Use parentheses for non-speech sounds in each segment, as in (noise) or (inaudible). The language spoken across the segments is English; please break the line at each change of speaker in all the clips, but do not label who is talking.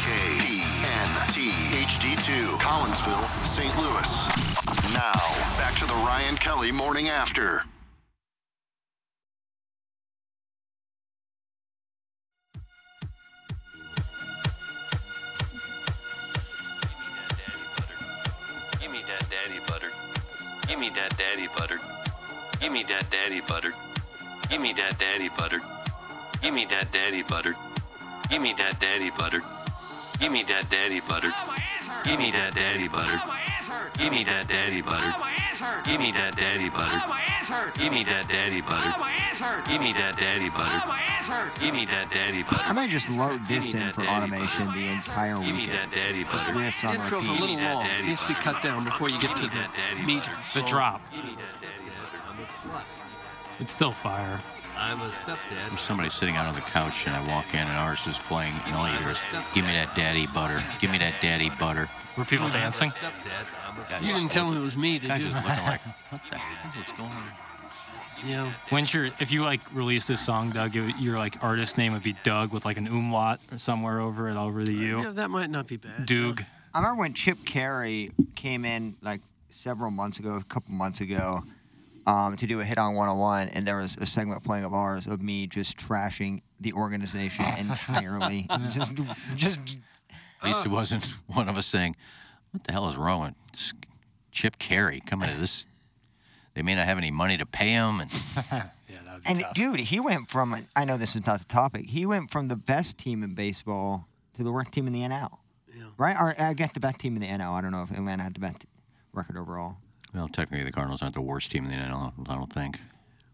E KNT HD2, Collinsville, St. Louis. Now, back to the Ryan Kelly Morning After.
Give me that daddy butter. Give me that daddy butter. Give me that daddy butter. Give me that daddy butter. Give me that daddy butter. Give me that daddy butter. Give me that daddy butter. Give me that daddy butter. Give me that daddy butter. Give me that daddy butter. Give me that daddy butter. Give me that daddy butter. Give me that daddy butter.
I might just load this
Give me
in
that
for
daddy
automation
butter.
the entire
Give me
weekend.
that daddy butter.
This on
It feels a
repeat.
little long. It needs to be cut down before you get to the meat, the drop. It's still fire.
I'm a stepdad.
There's somebody sitting out on the couch, and I walk in, and ours is playing, and all you hear is, "Give me that daddy butter, give me that daddy butter."
Were people dancing?
Stepdad. I'm a
Guys
You didn't
just
tell
look-
him it was me, did
Guys
you?
just
(laughs)
looking like, what the hell is going on?
Yeah.
When's your, if you like release this song, Doug, it, your like artist name would be Doug with like an umlaut or somewhere over it over the
Yeah,
U.
that might not be bad.
Doug.
I remember when Chip Carey came in like several months ago, a couple months ago, um, to do a hit on 101, and there was a segment playing of ours of me just trashing the organization entirely. just, just
At least it wasn't (laughs) one of us saying, "What the hell is wrong with S- Chip Carey coming to this?" They may not have any money to pay him, and (laughs)
and dude, he went from I know this is not the topic. He went from the best team in baseball to the worst team in the NL. Right? Or I got the best team in the NL. I don't know if Atlanta had the best record overall.
well, technically the Cardinals aren't the worst team in the NL. I don't think.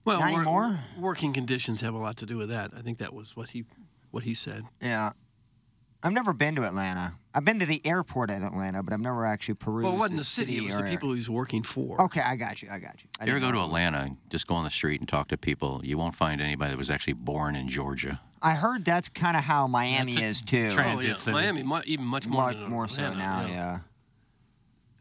Well,
Not anymore?
working conditions have a lot to do with that. I think that was what he, what he said.
Yeah. I've never been to Atlanta. I've been to the airport at Atlanta, but I've never actually perused.
Well, it wasn't the city; it was the
or-
people he was working for.
Okay, I got you. I got you. I
you ever
didn't
go to
know.
Atlanta and just go on the street and talk to people? You won't find anybody that was actually born in Georgia.
I heard that's kind of how Miami
That's a
is too.
Oh,
trans-
yeah.
Transit city.
Miami, mu- even much more.
Much
than
more so
Atlanta,
now, yeah.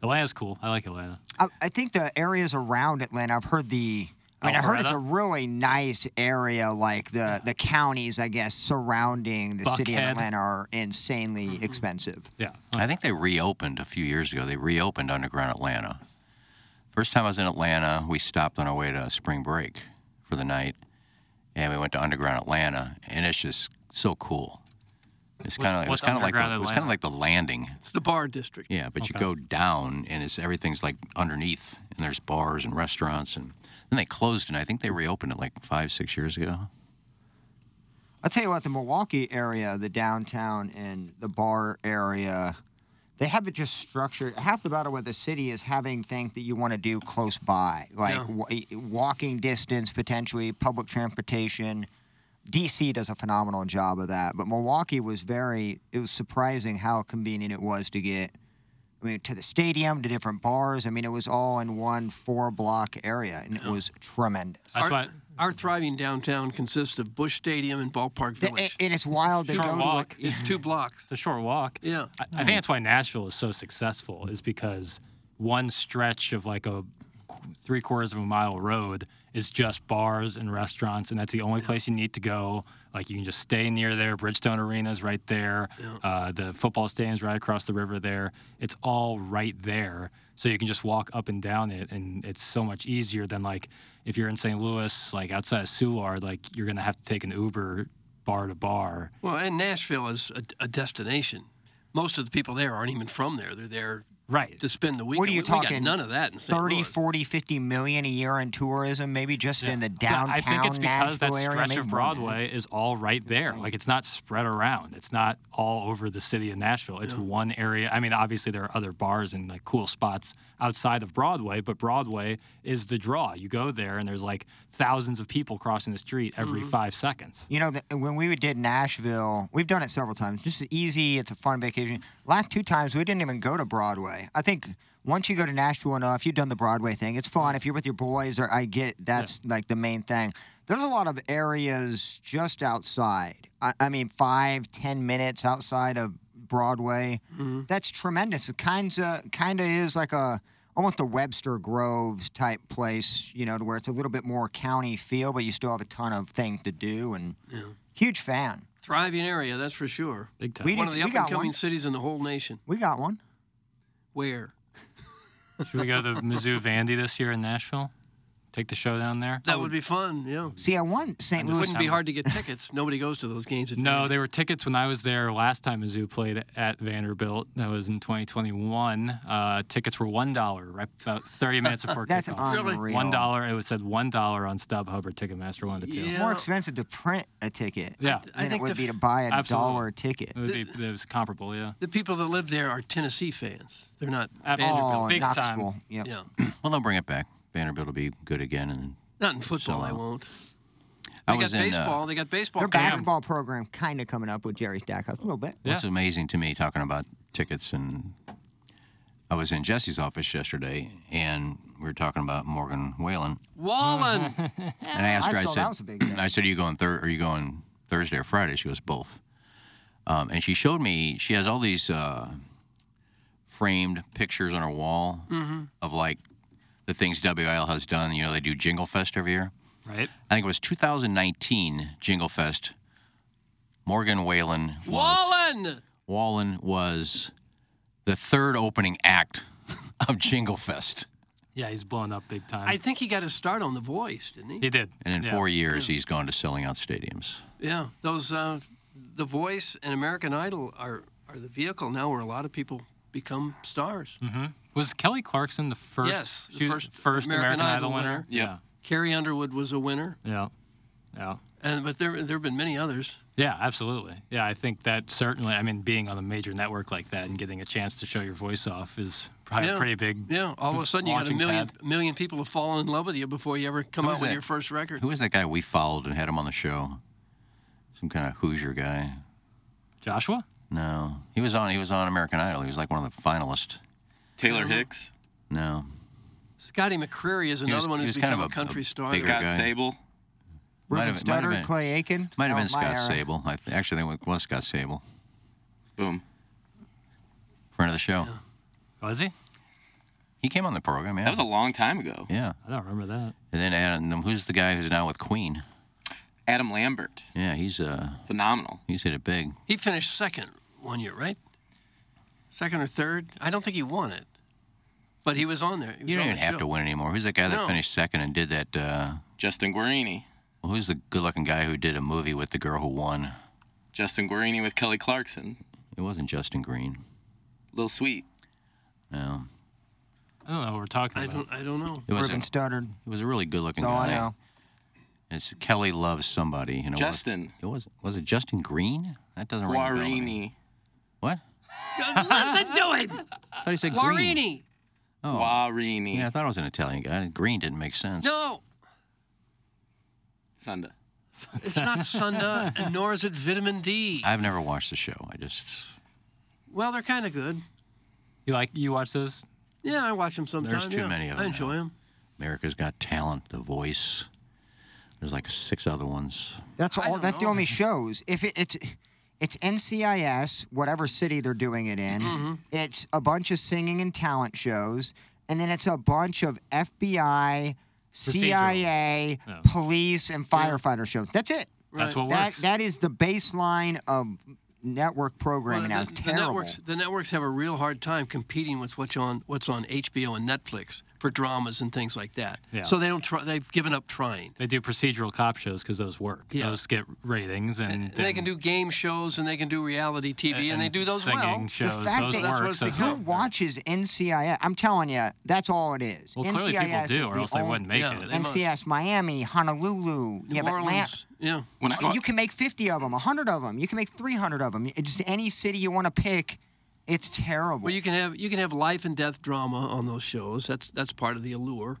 Atlanta's cool. I like Atlanta.
I, I think the areas around Atlanta. I've heard the. I mean, I heard it's a
Alpharetta?
really nice area. Like the the counties, I guess, surrounding the city of
Buckhead.
Atlanta are
Mm-hmm.
insanely expensive.
Yeah.
I think they reopened a few years ago. They reopened Underground Atlanta. First time I was in Atlanta, we stopped on our way to spring break for the night, and we went to Underground Atlanta, and it's just so cool. It's
What's-
kind of it was
what's
kind of like the,
Underground
it was kind of
Atlanta?
like the landing.
It's the bar district.
Yeah, but you go down and it's everything's like underneath, and there's bars and restaurants, and then they closed, and I think they reopened it like five six years ago.
I'll tell you what, the Milwaukee area, the downtown and the bar area, they have it just structured. Half the battle with the city is having things that you want to do close by, like wa- walking distance, potentially public transportation. DC does a phenomenal job of that, but Milwaukee was very. It was surprising how convenient it was to get. I mean, to the stadium, to different bars. I mean, it was all in one four-block area, and it was tremendous.
That's
our,
why.
our thriving downtown consists of Bush Stadium and Ballpark
Th-
Village.
and it's wild to
Short
go to.
walk.
like,
it's two blocks.
It's a short walk.
Yeah.
I, I think that's why Nashville is so successful is because one stretch of like a qu- three quarters of a mile road is just bars and restaurants, and that's the only place you need to go. Like you can just stay near there. Bridgestone Arena's right there. Uh, the football stadium's right across the river there. It's all right there, so you can just walk up and down it, and it's so much easier than like if you're in St. Louis, like outside of Soulard, like you're gonna have to take an Uber bar to bar.
Well, and Nashville is a, a destination. Most of the people there aren't even from there. They're there
Right.
to spend the weekend.
What are you
we,
talking?
We got none of that in St.
30,
Louis.
40, 50 million a year in tourism, maybe just in the downtown
I think it's because that
Nashville area,
stretch
maybe
of
more than that.
Broadway is all right there. Like it's not spread around. It's not all over the city of Nashville. It's one area. I mean, obviously there are other bars and like cool spots outside of Broadway, but Broadway is the draw. You go there and there's like thousands of people crossing the street every
Mm-hmm.
five seconds.
You know, the, when we did Nashville, we've done it several times. Just easy. It's a fun vacation. Last two times, we didn't even go to Broadway. I think once you go to Nashville enough, you've done the Broadway thing. It's fun if you're with your boys. Or I get that's like the main thing. There's a lot of areas just outside. I, I mean, five, ten minutes outside of Broadway.
Mm-hmm.
That's tremendous. It kinda kinda is like a almost a Webster Groves type place, you know, to where it's a little bit more county feel, but you still have a ton of things to do. And huge fan.
Thriving area, that's for sure.
Big time.
We
One
did-
of the
we
up
got
and coming
one.
cities in the whole nation.
We got one.
Where?
Should we go to Mizzou Vandy this year in Nashville? Take the show down there?
That would be fun, yeah.
See, I won St.
It
Louis.
wouldn't be hard to get tickets. Nobody goes to those games. at
No,
Vandy.
there were tickets when I was there last time Mizzou played at Vanderbilt. That was in 2021. Uh, tickets were one dollar, right about 30 minutes before
That's
kickoff.
unreal.
One dollar. It was said one dollar on StubHub or Ticketmaster, one of the two.
Yeah.
More expensive to print a ticket
Yeah.
I
than it
think
would
the-
be to buy a
Absolutely.
dollar ticket.
It, would be, it was comparable, yeah.
the people that live there are Tennessee fans. They're not
Absolutely.
Oh,
Big time.
Knoxville. Yep.
Yeah,
Well, they'll bring it back. Vanderbilt will be good again. And
not in football. I
out.
won't. They
I
got
was in. uh,
baseball. they got baseball.
Their
coming up.
basketball program kind of coming up with Jerry Stackhouse a little bit.
What's amazing to me talking about tickets and I was in Jesse's office yesterday and we were talking about Morgan Whalen
Wallen.
and I asked her.
I
I
saw
said,
that was a big deal.
I said, are you going thir- Are you going Thursday or Friday? She goes both. Um, and she showed me. She has all these uh, framed pictures on her wall
Mm-hmm.
of like the things WIL has done. You know, they do Jingle Fest every year.
(laughs) Right?
I think it was 2019 Jingle Fest. Morgan Whalen was.
Wallen.
Wallen was the third opening act (laughs) of Jingle Fest.
Yeah, he's blown up big time.
I think he got his start on The Voice, didn't he?
he did.
And in
yeah.
four years, he's gone to selling out stadiums.
Yeah. Those uh, The Voice and American Idol are are the vehicle now where a lot of people become stars.
Was Kelly Clarkson the first?
Yes, the
she was
first
first American, Idol winner.
winner.
Yeah.
Carrie Underwood was a winner,
Yeah. Yeah.
and but there there have been many others.
Yeah, absolutely. Yeah, I think that certainly. I mean, being on a major network like that and getting a chance to show your voice off is probably
Yeah.
a pretty big.
Yeah. All of a sudden, you got a
Launching
million
pad.
million people have fallen in love with you before you ever come
Who
out
is
with
that?
your first record.
Who was that guy we followed and had him on the show? Some kind of Hoosier guy.
Joshua.
No, he was on. He was on American Idol. He was like one of the finalists.
Taylor Hicks,
No,
Scotty McCreery is another
was-
one
he
who's
was kind
become
of
a,
a-
country
a
star.
bigger
Scott
guy.
Sable.
Ruben
have- might have
Studdard,
been-
Clay Aiken.
might have
Oh,
been
my era.
Scott Sable. I th- actually think it was Scott Sable.
Boom.
Friend of the show.
Was he?
He came on the program. Yeah.
That was a long time ago.
yeah.
I don't remember that.
And then Adam, who's the guy who's now with Queen?
Adam Lambert,
Yeah, he's uh
phenomenal.
he's hit it big.
He finished second one year, right? Second or third? I don't think he won it, but he was on there. He was
You don't
on
even
the
have
show.
to win anymore. Who's that guy that
No.
finished second and did that? Uh,
Justin Guarini.
well, who's the good-looking guy who did a movie with the girl who won?
Justin Guarini with Kelly Clarkson.
It wasn't Justin Green.
Little Sweet.
No,
I don't know what we're talking
I don't.
about.
I don't know.
it was. A,
Ruben
it
Studdard.
was a really good-looking
So
guy.
I know.
It's Kelly loves somebody. You know,
Justin
It was was it Justin Green? That doesn't ring a bell to me.
Guarini.
What? (laughs)
Listen to him,
I thought he said Green.
Guarini.
Oh,
Guarini.
yeah, I thought it was an Italian guy. Green didn't make sense.
No,
Sunda.
it's not Sunda, and nor is it Vitamin D.
I've never watched the show. I just
Well, they're kind of good.
(laughs) You like you watch those?
Yeah, I watch them sometimes.
too many of
I
them
enjoy
now.
them.
America's Got Talent, The Voice. There's like six other ones.
That's all.
don't
That's the
know.
only shows. If it, it's it's NCIS, whatever city they're doing it in,
Mm-hmm.
it's a bunch of singing and talent shows, and then it's a bunch of FBI, CIA, police, and firefighter shows. That's it.
That's what
That
works.
that is the baseline of network programming
Well,
now.
the, the
Terrible.
networks, the networks have a real hard time competing with what's on what's on HBO and Netflix, for dramas and things like that.
Yeah.
So they don't try, they've given up trying.
They do procedural cop shows because those work.
Yeah.
Those get ratings, and,
And they can do game shows and they can do reality TV and, they
and
do those
singing
well.
shows,
that's
those
what
works,
it's
those
become.
Who watches NCIS? I'm telling you, that's all it is.
Well, clearly people
NCIS
do,
is
or
the
else they
only-
wouldn't make
Yeah,
it.
they must.
NCIS Miami, Honolulu,
New
yeah, but Atlanta-
Orleans. Yeah.
When I,
you can make 50 of them, 100 of them. You can make 300 of them. Just any city you want to pick, it's terrible.
Well, you can have you can have life and death drama on those shows. That's that's part of the allure.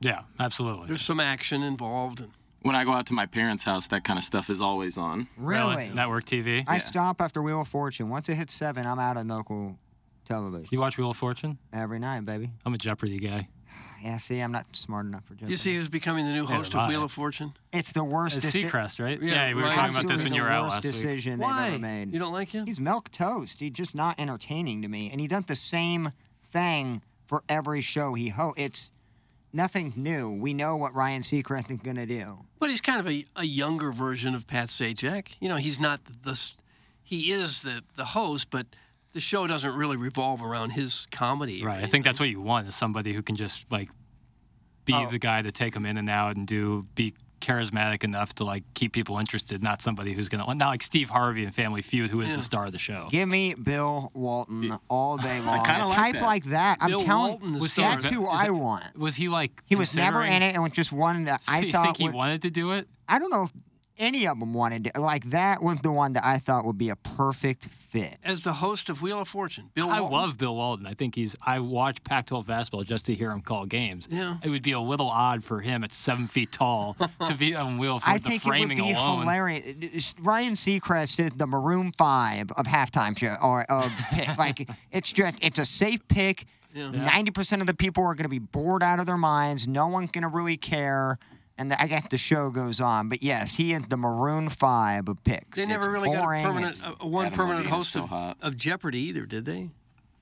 Yeah, absolutely.
There's some action involved. And,
when I go out to my parents' house, that kind of stuff is always on.
Rel-
really?
network TV.
I stop after Wheel of Fortune. Once it hits seven, I'm out on local television
You watch Wheel of Fortune?
every night, baby.
I'm a Jeopardy guy.
Yeah, see, I'm not smart enough for Jeopardy.
you see who's becoming the new
Neither
host
am I.
of Wheel of Fortune?
it's the worst
It's
decision.
Seacrest, right?
Yeah,
Yeah, we were
right.
talking about this when
Absolutely
you
the
were out
worst
last week.
decision they've
Why?
ever made.
You don't like him?
He's milk toast. He's just not entertaining to me, and he does the same thing for every show he hosts. It's nothing new. We know what Ryan Seacrest is gonna do.
But he's kind of a, a younger version of Pat Sajak. You know, he's not the s- he is the the host, but the show doesn't really revolve around his comedy.
Right. I think that's what you want is somebody who can just like be
Oh.
the guy to take them in and out and do be charismatic enough to like keep people interested, not somebody who's gonna not like Steve Harvey and Family Feud, who is the star of the show.
Give me Bill Walton all
(laughs)
day long.
kinda
A
like
type
that.
like that. I'm
Bill
telling.
Walton is
Was he
that's
a-
who
is
I
it-
want.
Was he like
He was never
considering-
in
(laughs)
it, and was just one that
So
I
you
thought.
think he
would-
wanted to do it?
I don't know if any of them wanted to. Like that was the one that I thought would be a perfect fit.
As the host of Wheel of Fortune, Bill.
I
Walton.
love Bill Walton. I think he's. I watch Pac-12 basketball just to hear him call games.
Yeah.
It would be a little odd for him at seven feet
(laughs)
tall to be on wheel for
I
the
think it would
framing
be
alone.
hilarious. Ryan Seacrest is the Maroon Five of halftime show or of
(laughs)
pick. like it's just it's a safe pick. Ninety percent of the people are going to be bored out of their minds. No one's going to really care. And I guess the show goes on, but yes, he is the Maroon Five of picks.
They never
It's
really
boring,
got a permanent,
it's-
a, a one
Adam
permanent
Levine is
host
so
of,
hot.
of Jeopardy either, did they?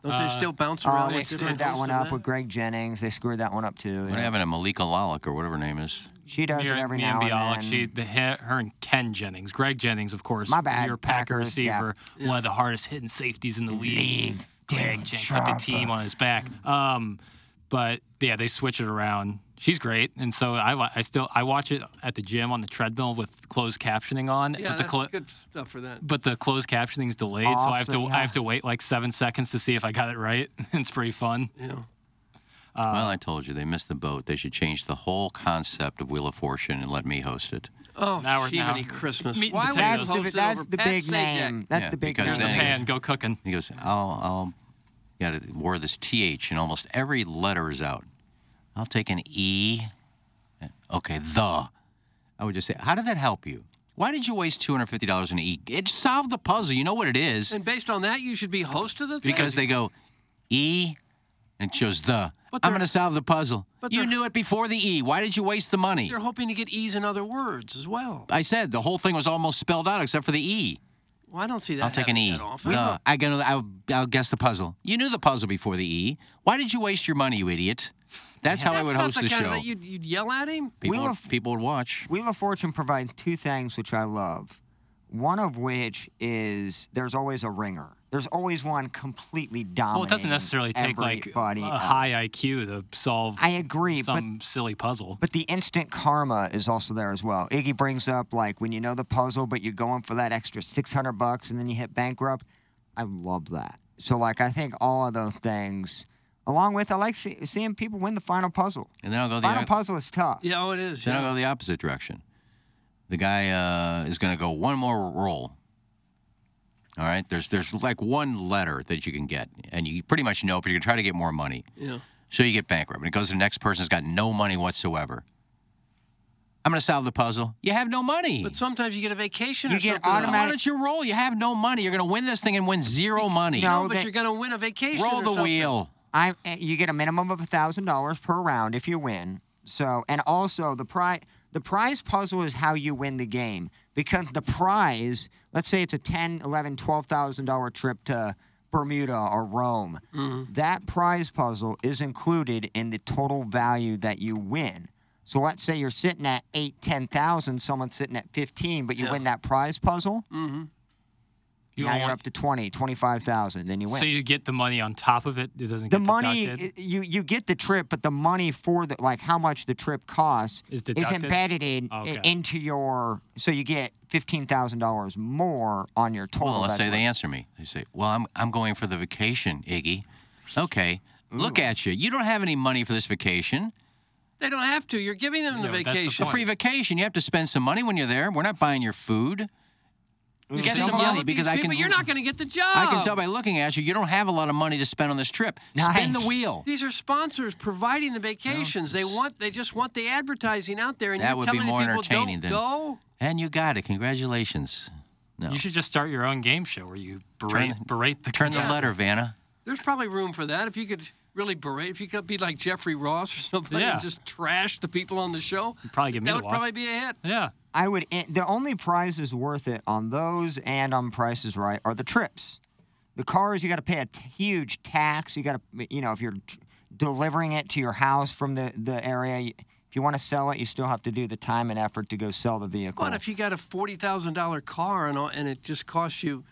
Don't they still bounce
Oh,
around?
they
with
screwed
different
that
hosts
one
and
up
that?
with Greg Jennings. They screwed that one up too.
What happened to Malika Lalik or whatever her name is?
She does
me
it
and-
every
me
now
and Bialik,
and then.
she, the, he- her and Ken Jennings, Greg Jennings, of course,
My bad,
your Packer
Packers, yeah. Mm-hmm.
receiver, one of the hardest hitting safeties in the league. Greg
Dude,
Jennings put the
Sharper.
team on his back. Um, but yeah, they switch it around. She's great, and so I, wa- I still I watch it at the gym on the treadmill with closed captioning on.
Yeah,
but the
that's
clo-
good stuff for that.
but the closed captioning is delayed, so I have to
Awesome,
I
yeah.
have to wait like seven seconds to see if I got it right. (laughs) it's pretty fun.
Yeah. Uh,
well, I told you they missed the boat. They should change the whole concept of Wheel of Fortune and let me host it.
Oh,
Now we're- now-
Jiminy Christmas.
Meat and
Why would
potatoes.
That's
you
the,
host it
that's
over
the
Pat
big
Sajak?
name. That's
Yeah,
the big name.
because
Here's the
then it
pan, go cooking.
He goes, I'll, I'll, got it, wore this TH and almost every letter is out. I'll take an E. Okay, the. I would just say, how did that help you? Why did you waste $250 on E? It solved the puzzle. You know what it is.
And based on that, you should be host of the thing.
Because they go, E, and it shows the.
But
I'm
they're-
going to solve the puzzle.
but
You
they're-
knew it before the E. Why did you waste the money?
They're hoping to get ease in other words as well.
I said the whole thing was almost spelled out except for the E.
Well, I don't see that.
I'll take an
happening
E.
That often.
The. I gonna, I'll, I'll guess the puzzle. You knew the puzzle before the E. Why did you waste your money, you idiot? That's how I
That's
would
not
host
the,
the,
kind
show.
Of, you'd, you'd yell at him.
people,
Wheel
would,
of-
people would watch.
Wheel of Fortune provides two things which I love. One of which is there's always a ringer. There's always one completely dominant.
Well, it doesn't necessarily take like a high IQ to solve.
I agree, but-
some silly puzzle.
But the instant karma is also there as well. Iggy brings up like when you know the puzzle, but you're going for that extra six hundred bucks, and then you hit bankrupt. I love that. So like I think all of those things, along with I like see, seeing people win the final puzzle.
And then I'll
Oh,
go the
Final
oth-
puzzle is tough.
Yeah, oh, it is.
Then
yeah.
I'll go the opposite direction. The guy uh, is going to go one more roll. All right, there's there's like one letter that you can get, and you pretty much know, but you can try to get more money.
Yeah.
So you get bankrupt, and it goes to the next person who's got no money whatsoever. I'm going to solve the puzzle. You have no money.
But sometimes you get a vacation
You
or
get
something.
automatic-
Why don't you roll? You have no money. You're going to win this thing and win zero money.
No,
No, but
that-
you're going to win a vacation.
roll
or
the
something.
wheel.
I eh, you get a minimum of thousand dollars per round if you win. So and also the prize the prize puzzle is how you win the game because the prize let's say it's a 10 11 12000 dollar trip to bermuda or rome
Mm-hmm.
that prize puzzle is included in the total value that you win so let's say you're sitting at 8 10000 someone's sitting at 15 but you win that prize puzzle
Mm. You
now
don't
you're
want-
up to 20, 25,000. Then you win.
So you get the money on top of it. It doesn't
the
get
money
deducted.
you you get the trip, but the money for the like how much the trip costs
Is
is
deducted?
embedded in
Oh, okay.
into your so you get fifteen thousand dollars more on your total.
Well, let's
That's
say
what-
they answer me. They say, "Well, I'm I'm going for the vacation, Iggy." Okay, look at you. You don't have any money for this vacation.
They don't have to. You're giving them the
Yeah, but that's the
vacation.
A free vacation. You have to spend some money when you're there. We're not buying your food. Get
Just
some
yell
money
at these
because I
people,
can.
You're not going to get the job.
I can tell by looking at you, you don't have a lot of money to spend on this trip. Spin the
Nice.
wheel.
These are sponsors providing the vacations. they want. They just want the advertising out there. And
That
you're
would be
telling
more
people
entertaining
don't
than-
go.
And you got it. Congratulations. No.
You should just start your own game show where you berate,
the-
berate the
Turn the letter, Vanna.
There's probably room for that if you could really berate. If you could be like Jeffrey Ross or somebody
Yeah.
and just trash the people on the show,
probably get me
that
to
would
watch.
probably be a hit.
Yeah.
I would eh, the only prizes worth it on those and on prices right are the trips. The cars you got to pay a t- huge tax. You got to you know if you're t- delivering it to your house from the the area. y- If you want to sell it, you still have to do the time and effort to go sell the vehicle.
But if you got a forty thousand dollar car and all, and it just costs you,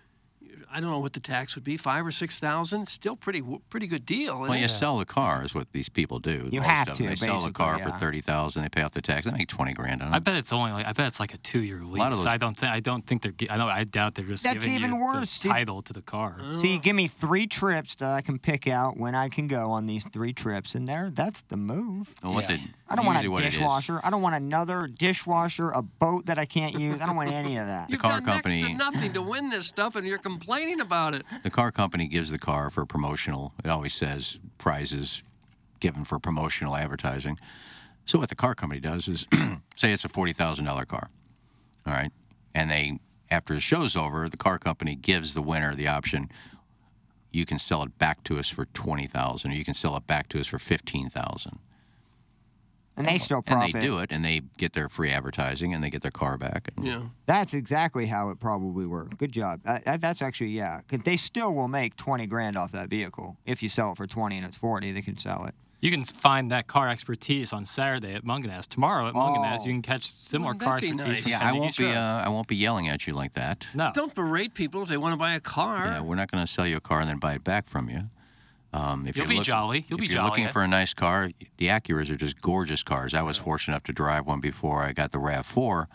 I don't know what the tax would be, five or six thousand, still pretty pretty good deal.
Well,
isn't
you
it?
sell the car is what these people do.
You
most
have
of them.
to,
They sell the
basically,
car for
yeah.
thirty thousand. They pay off the tax. They make twenty grand on it.
I bet it's only like I bet it's like a two-year lease.
of those-
I don't think I don't think they're. gi- I know I doubt they're just
That's
giving
even
you
worse,
the
dude.
title to the car.
So you give me three trips that I can pick out when I can go on these three trips, and there, that's the move.
Well, what
Yeah.
the-
I don't want a
usually what it is.
dishwasher. I don't want another dishwasher, a boat that I can't use. I don't want any of that.
You've
car
done next
company-
to nothing to win this stuff, and you're complaining about it.
The car company gives the car for promotional. It always says prizes given for promotional advertising. So what the car company does is, (clears throat) say it's a forty thousand dollar car, all right, and they after the show's over, the car company gives the winner the option. You can sell it back to us for twenty thousand, or you can sell it back to us for fifteen thousand.
And they still
And
profit.
they do it, and they get their free advertising, and they get their car back. And
Yeah.
That's exactly how it probably worked. Good job. Uh, that- that's actually yeah. 'Cause they still will make twenty grand off that vehicle if you sell it for twenty and it's forty. They can sell it.
You can find that car expertise on Saturday at Munganess. Tomorrow at Munganess, you can catch similar
Wouldn't
car
that be
expertise.
nice?
from
Oh. Yeah, I
Kennedy
won't be.
Truck.
Uh, I won't be yelling at you like that.
no.
Don't berate people if they want to buy a car.
Yeah, we're not going to sell you a car and then buy it back from you. Um, if
You'll
you're
be
look-
jolly. You'll
if
be
you're
jolly
looking
at-
for a nice car, the Acuras are just gorgeous cars. I was fortunate enough to drive one before I got the Rav4.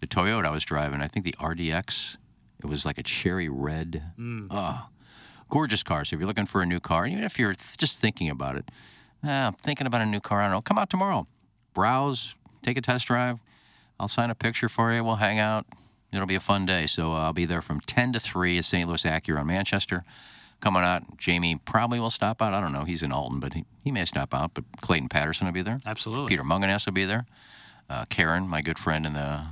The Toyota I was driving, I think the RDX, it was like a cherry red.
Mm.
Oh, gorgeous cars. If you're looking for a new car, and even if you're th- just thinking about it, "Ah, I'm thinking about a new car, I don't know, come out tomorrow. Browse, take a test drive. I'll sign a picture for you. We'll hang out. It'll be a fun day. So uh, I'll be there from 10 to 3 at St. Louis Acura in Manchester. Coming out, Jamie probably will stop out. I don't know. He's in Alton, but he, he may stop out. But Clayton Patterson will be there.
Absolutely.
Peter Munganess will be there. Uh, Karen, my good friend in the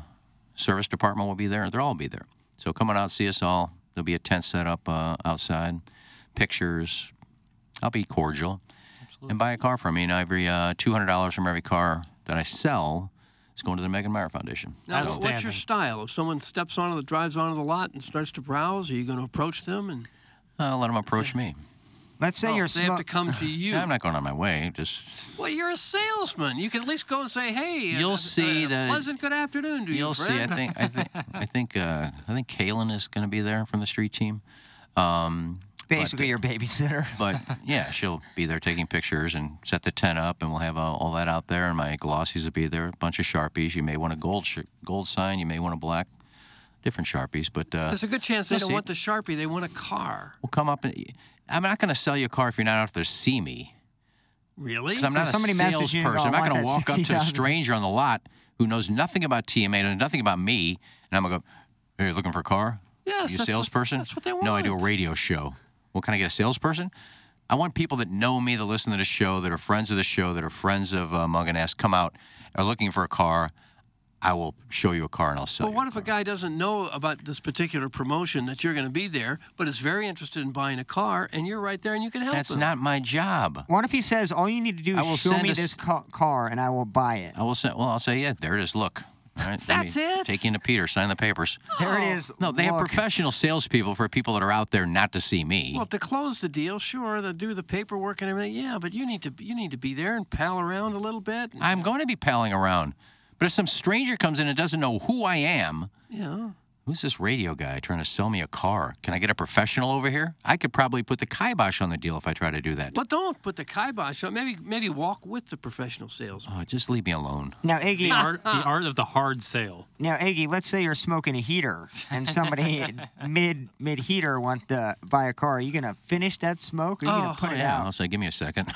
service department, will be there. They'll all be there. So coming out, see us all. There'll be a tent set up uh, outside, pictures. I'll be cordial. And buy a car from me. And every uh, $200 from every car that I sell is going to the Megan Meyer Foundation.
Now,
So-
what's
Outstanding.
your style? If someone steps onto the drives onto the lot and starts to browse, are you going to approach them
(sighs)
and
Uh, let them approach me.
Let's say
Oh,
you're
they have to
smoking.
come to you?
I'm not going on my way. Just
Well, you're a salesman. You can at least go and say, "Hey, a-
You'll
a-
see
uh, a
the-
pleasant good afternoon to you,
you'll see. I
friend."
think I think I think uh, I think Kalen is going to be there from the street team. Um,
basically your babysitter.
But yeah, she'll be there taking pictures and set the tent up, and we'll have uh, all that out there. And my glossies will be there, a bunch of sharpies. You may want a gold sh- gold sign. You may want a black, different sharpies. But uh,
There's a good chance they
You'll
don't
see.
want the sharpie; they want a car.
we'll come up and. I'm not going to sell you a car if you're not out there to see me.
Really?
Because I'm not
if
a
somebody messages you and go,
salesperson. I'm
"I want
not going
that
to walk up to a
60,000.
stranger on the lot who knows nothing about TMA, knows nothing about me, and I'm going to go, hey, you looking for a car?
Yes,
you
that's
a
what-
salesperson?
that's what they
No, I do a
want.
radio show. Well, can I get a salesperson? I want people that know me, that listen to the show, that are friends of the show, that are friends of uh, Mug and Ass, come out, are looking for a car. I will show you a car and I'll sell
But
you.
what if a guy doesn't know about this particular promotion that you're going to be there, but is very interested in buying a car, and you're right there and you can help
That's
him?
not my job.
What if he says all you need to do
I
is
will
show
send
me
us-
this ca- car and I will buy it?
I will say, well, I'll say, yeah, there it is. Look. All right, let me
That's it?
Take you into Peter, sign the papers.
There it is.
Oh. No, they have
Look.
professional salespeople for people that are out there not to see me.
Well, to close the deal, sure, to do the paperwork and everything, yeah, but you need to you need to be there and pal around a little bit. and-
I'm going to be palling around. But if some stranger comes in and doesn't know who I am,
yeah.
Who's this radio guy trying to sell me a car? Can I get a professional over here? I could probably put the kibosh on the deal if I try to do that.
But don't put the kibosh on. Maybe maybe walk with the professional salesman.
Oh, just leave me alone.
Now, Iggy,
The art, the art of the hard sale.
now Iggy, let's say you're smoking a heater, and somebody mid mid heater wants to buy a car. Are you gonna finish that smoke? Or are you
Oh,
gonna put it
Yeah,
out?
I'll say, give me a
(laughs)
second.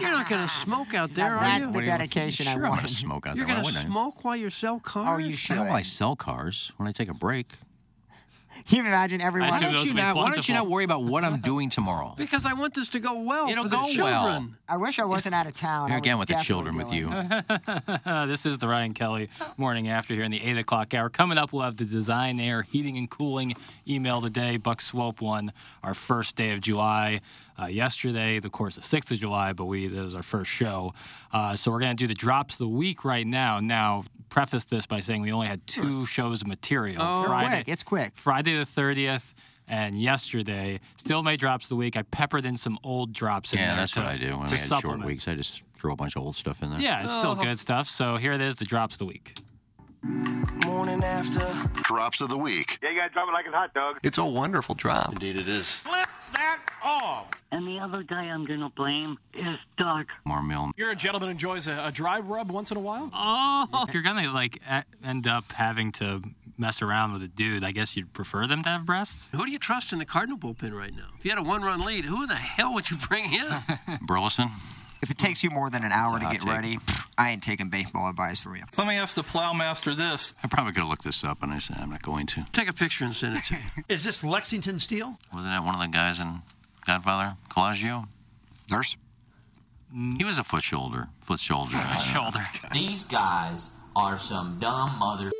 You're not gonna smoke out there, are
That's
you?
the dedication
sure,
I
I'm gonna
want.
smoke out
You're
there. Why
gonna
wouldn't I?
smoke while you sell
Oh,
cars?
you
I
should.
know I sell cars when I take a break.
Can you imagine everyone?
I
Why
assume
don't
those
you
would be
not? Why don't you
plentiful.
not worry about what I'm doing tomorrow?
(laughs) Because I want this to go well
It'll
for the
go
children.
well.
I wish I wasn't out of town.
Here
I
again
would
with the
definitely go
children with
in.
(laughs)
you.
Uh, this is the Ryan Kelly morning after here in the eight o'clock hour. Coming up, we'll have the design, air, heating, and cooling email today. Buck Swope won our first day of July uh, yesterday, the course of sixth of July, but we that was our first show. Uh, so we're gonna do the drops of the week right now. Now, preface this by saying we only had two shows of material.
They're
Friday,
Oh, quick. It's quick.
Friday the 30th and yesterday. Still my drops of the week. I peppered in some old drops in
Yeah,
there.
that's
to,
what I do when we
to
had short
supplement.
weeks. I just throw a bunch of old stuff in there.
Yeah, it's
Oh.
still good stuff. So here it is, the drops of the week.
Morning after.
Drops of the week.
Yeah, you gotta drop it like a hot dog.
It's a wonderful drop.
And the other guy I'm gonna blame is Doug.
More milk.
You're a gentleman who enjoys a, a dry rub once in a while.
Oh, if you're gonna like e- end up having to mess around with a dude, I guess you'd prefer them to have breasts.
Who do you trust in the Cardinal bullpen right now? If you had a one-run lead, who the hell would you bring in?
Burleson.
(laughs) If it takes you more than an hour to
hot
get
take.
ready, I ain't taking baseball advice from you.
Let me ask the plowmaster this.
I probably could have looked this up, and I said I'm not going to.
Take a picture and send it to me.
(laughs) Is this Lexington Steel?
Wasn't that one of the guys in Godfather, Collagio?
Nurse.
He was a foot shoulder. Foot shoulder.
Mm. Shoulder.
These guys are some dumb mother.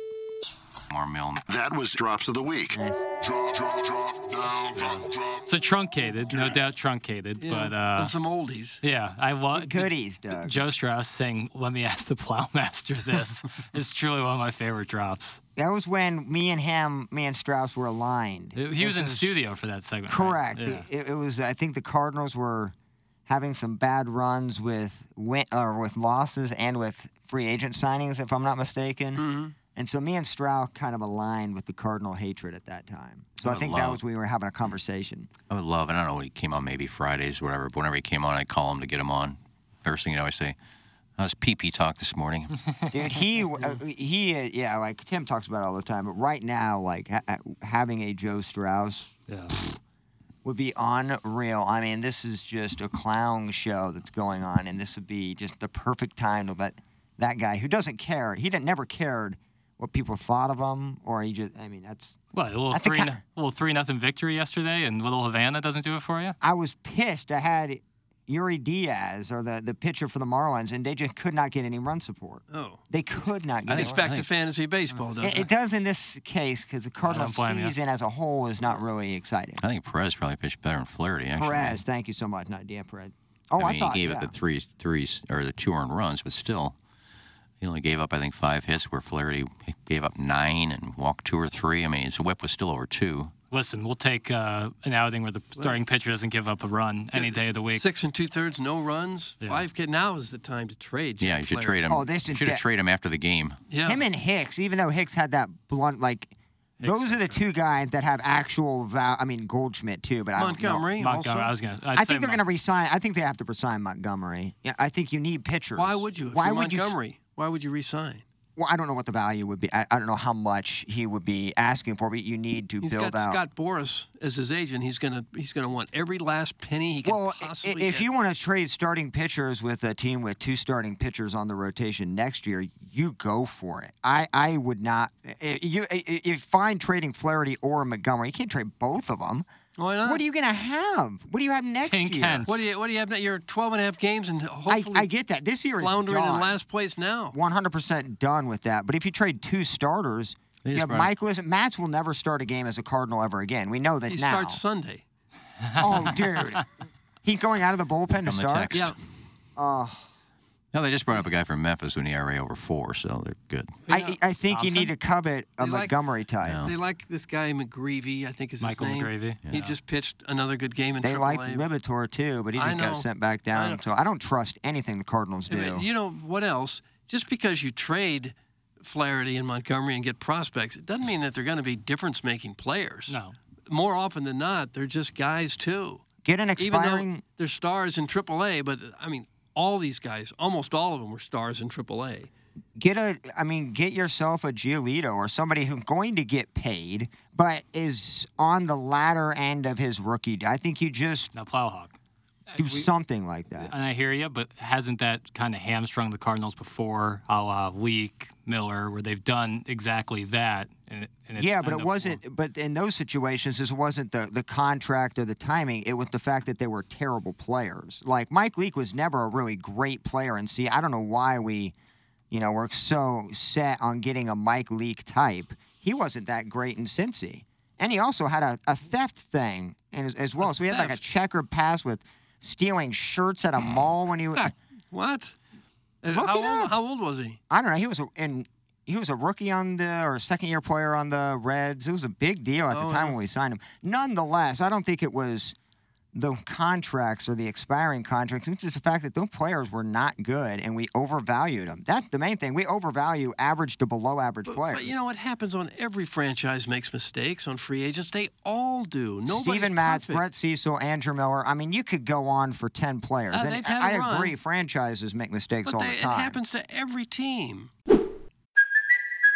More milk.
That was Drops of the Week. Drop, drop, drop, down, drop, drop.
So truncated, no doubt truncated, but uh,
And some oldies.
yeah, I love
Goodies, Doug.
Joe Strauss saying, "Let me ask the (laughs) plowmaster
(laughs)
this." is truly one of my favorite drops.
That was when me and him, me and Strauss were aligned.
He he was
This
in
is-
studio for that segment. right?
Correct.
Yeah.
It, it was. I think the Cardinals were having some bad runs with win or with losses and with free agent signings, if I'm not mistaken. And so me and Strauss kind of aligned with the Cardinal hatred at that time. So I
Oh,
think that
love.
was we were having a conversation.
I would love. I don't know when he came on, maybe Fridays, whatever. But whenever he came on, I'd call him to get him on. First thing you know, I say, "How's pee pee talk
(laughs)
this morning?"
Dude, he uh, he uh, yeah, like Tim talks about it all the time. But right now, like ha- ha- having a Joe Strauss
Yeah.
would be unreal. I mean, this is just a clown show that's going on, and this would be just the perfect time to let that guy who doesn't care. He didn't never cared what people thought of him, or he just. I mean, that's.
What a little
That's the
three,
ki-
no- little three nothing victory yesterday, and little Havana doesn't do it for you.
I was pissed. I had Yuri Diaz or the the pitcher for the Marlins, and they just could not get any run support.
Oh.
They could not get.
It's
any-
back to fantasy baseball,
It,
doesn't
it
it?
does in this case because the Cardinal
blame you.
season as a whole is not really exciting.
I think Perez probably pitched better than Flaherty. Actually,
Perez, thank you so much. Not Dan Perez. Oh,
I
I,
mean,
thought
he gave
yeah.
up the three, three or the two earned runs, but still, he only gave up I think five hits. Where Flaherty gave up nine and walked two or three. I mean, his WHIP was still over two.
Listen, we'll take uh, an outing where the starting pitcher doesn't give up a run any day of the week.
Six and two thirds, no runs. Five kid. Now is the time to trade.
Yeah,
Jim
you should
Flaherty.
trade him.
Oh, this is
should have
de-
traded him after the game.
Yeah.
Him and Hicks, even though Hicks had that blunt, like those are the two guys that have actual value. I mean Goldschmidt too, but
Montgomery. also.
Montgomery. I was gonna.
I don't know. I think they're going to resign. I think they have to resign Montgomery. Yeah, I think you need pitchers.
Why would you? If
Why
you're
would you?
Montgomery? Why would you resign?
Well, I don't know what the value would be. I, I don't know how much he would be asking for, but you need to
He's
build
got
out.
Scott Boris as his agent. He's gonna he's gonna want every last penny he can
well, i-
possibly.
if
get.
you want to trade starting pitchers with a team with two starting pitchers on the rotation next year, you go for it. I, I would not. i- You i- i- you find trading Flaherty or Montgomery. You can't trade both of them.
why not?
What are you gonna have? What do you have next
Tink
year?
Hens.
What do you What do you have now? You're 12 and a half games and
I,
hopefully
I get that. This year is
floundering in
done.
last place now.
100% done with that. But if you trade two starters,
They
you
just
have
brought up-
Michaelis. Matz will never start a game as a Cardinal ever again. We know that
He
now.
starts
(laughs)
Sunday.
oh, dude.
(laughs)
He's going out of the bullpen to
From the
start. Uh,
text.
Yeah.
No, they just brought up a guy from Memphis with an ERA over four, so they're good.
I, I think you need to covet a
They like-
Montgomery type.
They like this guy McGreevy, I think is
Michael
his name.
McGreevy,
He just pitched another good game in
They
AAA.
liked Libator too, but he
I
just
know.
got sent back down. so I don't trust anything the Cardinals do.
But You know what else? Just because you trade Flaherty and Montgomery and get prospects, it doesn't mean that they're going to be difference making players. No. More often than not, they're just guys too.
Get an
Even though
expiring-
they're stars in AAA, but I mean, all these guys, almost all of them, were stars in AAA.
Get a, I mean, get yourself a Giolito or somebody who's going to get paid, but is on the latter end of his rookie. I think you just
now Plowhawk.
do something like that.
And I hear you, but hasn't that kind of hamstrung the Cardinals before, a la Leak, Miller, where they've done exactly that? And, it- and it's
yeah, but
ended
it
up-
wasn't. But in those situations, this wasn't the the contract or the timing. It was the fact that they were terrible players. Like Mike Leake was never a really great player, and see, I don't know why we, you know, we're so set on getting a Mike Leake type. He wasn't that great in Cincy, and he also had a, a theft thing and as, as well. so we had like a
theft?
checkered past with stealing shirts at a mall when he was.
What? And
Look
how,
it
old, how old was he?
I don't know. He was a, and he was a rookie on the or second year player on the Reds. It was a big deal at the
Oh, yeah.
time when we signed him. Nonetheless, I don't think it was the contracts or the expiring contracts. It's just the fact that those players were not good and we overvalued them. That's the main thing. We overvalue average to below average players.
But you know what happens on every franchise makes mistakes on free agents. They all do. Nobody's
Steven Matz,
perfect.
Brett Cecil, Andrew Miller. I mean, you could go on for 10 players.
Uh,
and
they've had
I,
a
I
run.
agree, franchises make mistakes
But
all
they-
the
it
time.
happens to every team.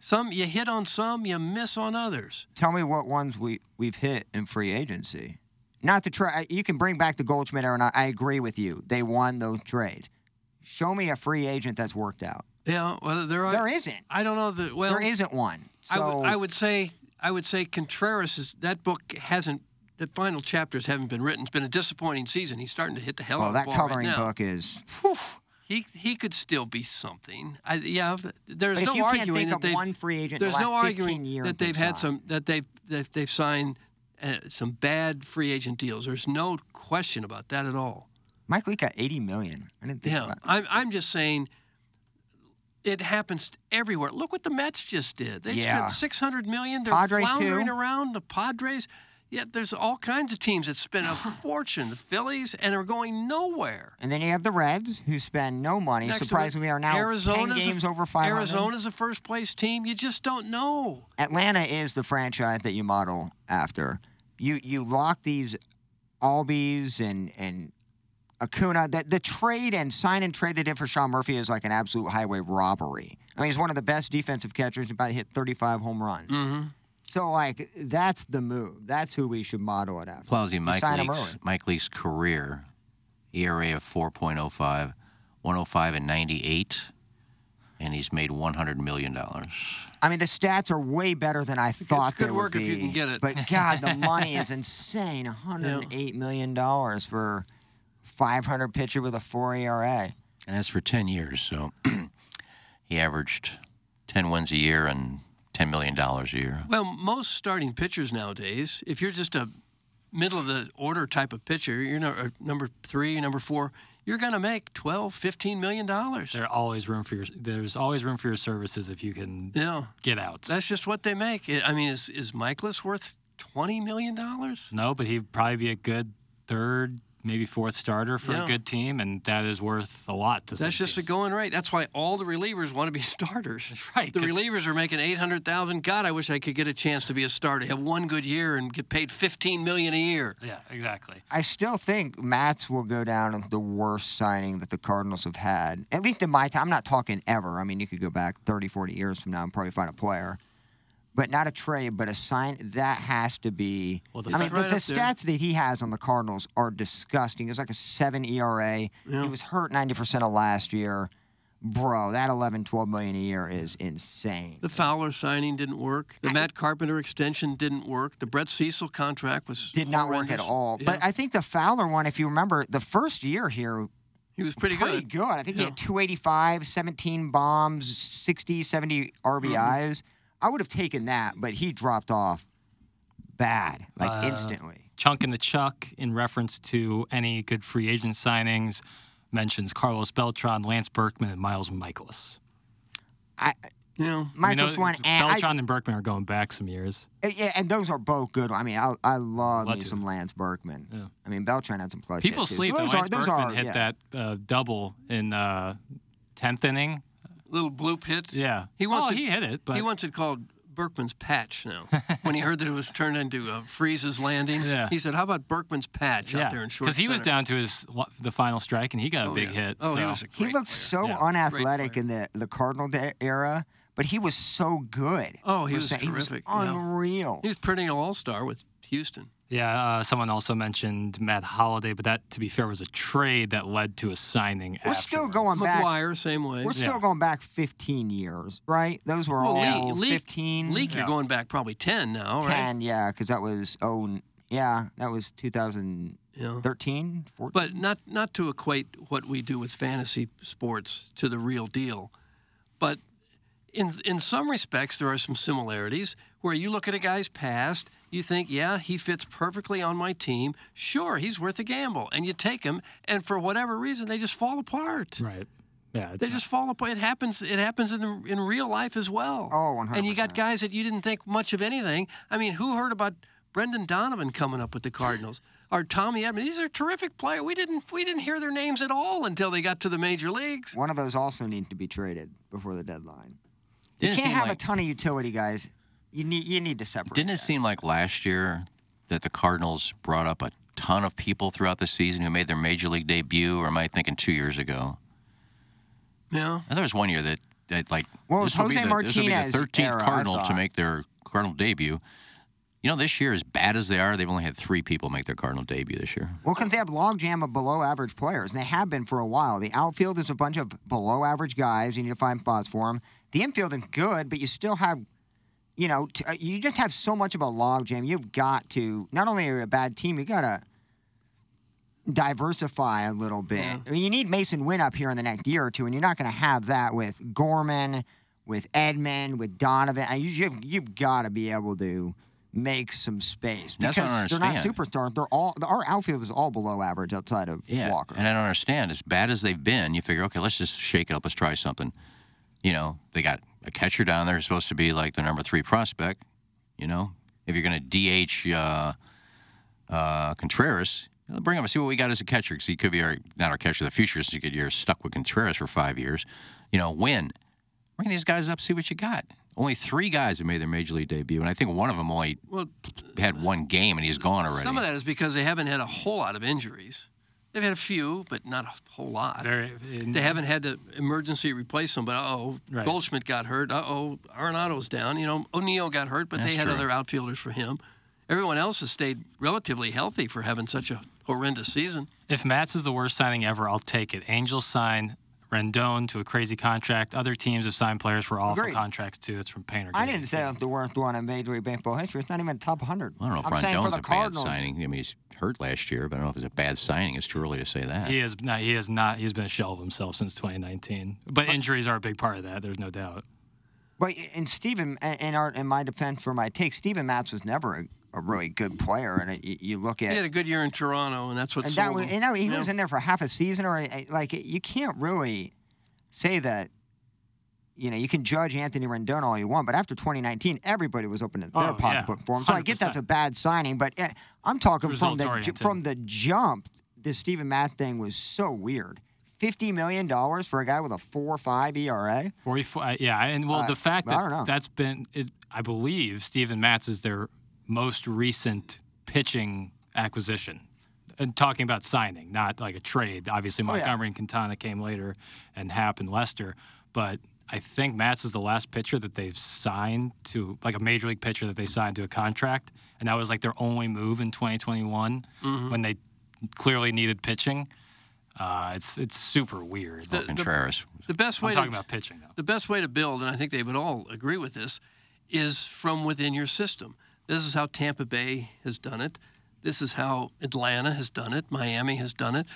Some you hit on some, you miss on others.
Tell me what ones we, we've hit in free agency. Not to try, you can bring back the Goldschmidt era, and I, I agree with you. They won those trades. Show me a free agent that's worked out.
Yeah, well, there are.
There isn't.
I don't know that. Well,
there isn't one.
I would-
So
I would say I would say Contreras is that book hasn't the final chapters haven't been written. It's been a disappointing season. He's starting to hit the hell out
well,
of
that
the ball right
coloring
now.
book is.
He he could still be something. I, yeah, but there's
But if
no
you can't
arguing
think
that
of
they've-
one free agent in the
There's
last
no
15
arguing
years
that they've
they've
had
signed.
some that they've that they've signed uh, some bad free agent deals. There's no question about that at all.
Mike Leake got 80 million. I didn't think
Yeah,
about
I'm I'm just saying. It happens everywhere. Look what the Mets just did. They
Yeah.
spent 600 million. They're
Padres,
floundering
too.
around the Padres. Yeah, there's all kinds of teams that spend
(sighs)
a fortune. The Phillies and are going nowhere.
And then you have the Reds, who spend no money.
Next to it,
Surprisingly, are now 10
Arizona's
games
a,
over 500.
Arizona's a first place team. You just don't know.
Atlanta is the franchise that you model after. You you lock these Albies and and Acuna. The, the trade and sign and trade they did for Sean Murphy is like an absolute highway robbery. I mean, he's one of the best defensive catchers. About to hit 35 home runs. So like that's the move. That's who we should model it after.
Plowsy,
You
Mike
sign him
Leake's,
early.
Mike Leake's career ERA of 4.05, 105 and 98, and he's made 100 million dollars.
I mean, the stats are way better than I thought
good
they
work
would
if
be.
you can get it.
But God,
(laughs)
the money is insane. 108 million dollars for 500 pitcher with a 4 ERA.
And that's for 10 years. So (clears throat) he averaged 10 wins a year and $10 million a year.
Well, most starting pitchers nowadays, if you're just a middle of the order type of pitcher, you're no, or number three, number four, you're going to make 12, 15 million dollars.
There's always room for your. There's always room for your services if you can
Yeah,
get out.
that's just what they make. I I mean, is is Michaelis worth 20 million dollars?
No, but he'd probably be a good third, maybe fourth starter for
Yeah.
a good team, and that is worth a lot to.
That's
some
just the going rate. That's why all the relievers want to be (laughs) starters.
(laughs) right,
The
'cause-
relievers are making 800,000. God, I wish I could get a chance to be a starter, have one good year and get paid 15 million a year.
Yeah, exactly.
I still think Mats will go down as the worst signing that the Cardinals have had, at least in my time. I'm not talking ever. I mean, you could go back 30, 40 years from now and probably find a player. But not a trade, but a sign that has to be.
Well,
I
that's
mean, the,
right
the
up there.
stats that he has on the Cardinals are disgusting. It was like a seven ERA. He was hurt 90% of last year. Bro, that 11, 12 million a year is insane.
The Fowler signing didn't work. The Matt Carpenter extension didn't work. The Brett Cecil contract was
Did not work at
horrendous.
all. But
Yeah.
I think the Fowler one, if you remember, the first year here,
He was pretty,
pretty good. I think he had 285, 17 bombs, 60, 70 RBIs.
Mm-hmm.
I would have taken that, but he dropped off bad, like
Uh,
instantly.
Chunk in the Chuck, in reference to any good free agent signings, mentions Carlos Beltran, Lance Berkman, and Miles Michaelis.
I,
yeah.
Michaelis one, and I-
Beltran and Berkman are going back some years.
Uh, Yeah, and those are both good. I mean, I, I love me
Love to.
some Lance Berkman. I mean, Beltran had some clutch.
People
hits, too. So
sleep that
those
Lance
are- those
Berkman
are-
hit
yeah.
that uh, double in uh, 10th inning.
little bloop hit.
Yeah.
He
Well,
wants
he hit it, but-
he wants it called Berkman's patch now. when he heard that it was turned into a Freeze's landing,
Yeah.
he said, "How about Berkman's patch out there in short?"
because he was
center?"
down to his wa- the final strike and he got a big hit.
Oh, he
so-
was a
He looked so unathletic in the, the Cardinal da- era, but he was so good.
Oh, he
for
was
Sa-
terrific. yeah.
unreal.
He was perennial all star with Houston.
Yeah, uh, someone also mentioned Matt Holiday, but that, to be fair, was a trade that led to a signing.
We're
after.
still going back.
McGuire, same way. Oh,
We're still
Yeah.
going back 15 years, right? Those were
Well,
all
Leak- Leak-
15.
Leak, you're going back probably ten now, right?
10, yeah, because that was, oh, yeah, that was 2013, 14.
But not not to equate what we do with fantasy sports to the real deal. But in in some respects there are some similarities where you look at a guy's past, you think, yeah, he fits perfectly on my team. Sure, he's worth a gamble. And you take him and for whatever reason they just fall apart.
Right. Yeah.
They just fall apart. It happens. It happens in the, in real life as well. Oh, 100 And you got guys that you didn't think much of anything. I mean, who heard about Brendan Donovan coming up with the Cardinals or Tommy Edman? These are terrific players. We didn't we didn't hear their names at all until they got to the major leagues.
One of those also need to be traded before the deadline.
Didn't
you
seem
can't have
like-
a ton of utility guys. You need you need to separate.
Didn't it seem like last year that the Cardinals brought up a ton of people throughout the season who made their major league debut, or am I thinking two years ago?
Yeah.
And there was one year that, that like
Well, it was
this will be
Jose
the, this will be
Martinez
the 13th
era, I
Cardinals to
thought.
make their Cardinal debut. You know, this year, as bad as they are, they've only had three people make their Cardinal debut this year.
Well, because they have logjam of below average players, and they have been for a while. The outfield is a bunch of below average guys. You need to find spots for them. The infield is good, but you still have, you know, t- uh, you just have so much of a logjam. You've got to not only are you a bad team, you gotta diversify a little bit. I mean, you need Mason Win up here in the next year or two, and you're not going to have that with Gorman, with Edmond, with Donovan. I- you- You've, you've got to be able to make some space because
That's what I
they're not
understand.
superstars. They're all our outfield is all below average outside of Walker.
And I don't understand. As bad as they've been, you figure, okay, let's just shake it up. Let's try something. You know, they got a catcher down there who's supposed to be like the number three prospect. You know, if you're going to DH uh, uh, Contreras, you know, bring him and see what we got as a catcher because he could be our, not our catcher of the future since you could, you're stuck with Contreras for five years. You know, win. Bring these guys up, see what you got. Only three guys have made their major league debut, and I think one of them only
Well,
had one game and he's gone already.
some of that is because they haven't had a whole lot of injuries. They've had a few, but not a whole lot.
Mm-hmm.
they haven't had to emergency replace them. But uh oh,
Right.
Goldschmidt got hurt. Uh oh, Arenado's down. You know, O'Neill got hurt, but
That's
they had
true.
other outfielders for him. Everyone else has stayed relatively healthy for having such a horrendous season.
If Matt's is the worst signing ever, I'll take it. Angels sign Rendon to a crazy contract. Other teams have signed players for awful
Agreed.
contracts too. It's from Painter.
I didn't say that the worst one in Major League Baseball history. It's not even top 100.
I don't know if
I'm saying for
Rondon's
the
a bad
Cardinals.
signing. I mean, he's hurt last year, but I don't know if it's a bad signing. It's too early to say that.
He is not. He is not. He's been a shell of himself since 2019. But injuries are a big part of that. There's no doubt.
But and Stephen, and in our in my defense for my take, Stephen Matz was never a, a really good player, and it, you, you look
He
at
had a good year in Toronto, and that's what
Eh. and
sold
that was,
him.
and that, he
Yeah.
was in there for half a season, or a- like eh, you can't really say that. You know, you can judge Anthony Rendon all you want, but after 2019, everybody was open to
Oh,
their
yeah.
pocketbook for him. So I get that's a
100%.
bad signing, but eh, I'm talking from the ju-
Results-oriented.
from the jump. The Stephen Matt thing was so weird. Fifty million dollars for a guy with a four five E ERA.
44. I- Yeah, and well,
Uh,
the fact
I
that
don't know.
that's been, it, I believe, Steven Matz is their most recent pitching acquisition. And talking about signing, not like a trade. Obviously,
Oh, yeah.
Montgomery and Quintana came later, and Happ and Lester. But I think Matz is the last pitcher that they've signed to, like a major league pitcher that they signed to a contract, and that was like their only move in 2021
Mhm.
when they clearly needed pitching. Uh, it's it's super weird.
The- the- Contreras. the best way
I'm
to-
talking about pitching.
The best way to build, and I think they would all agree with this, is from within your system. This is how Tampa Bay has done it. This is how Atlanta has done it. Miami has done it.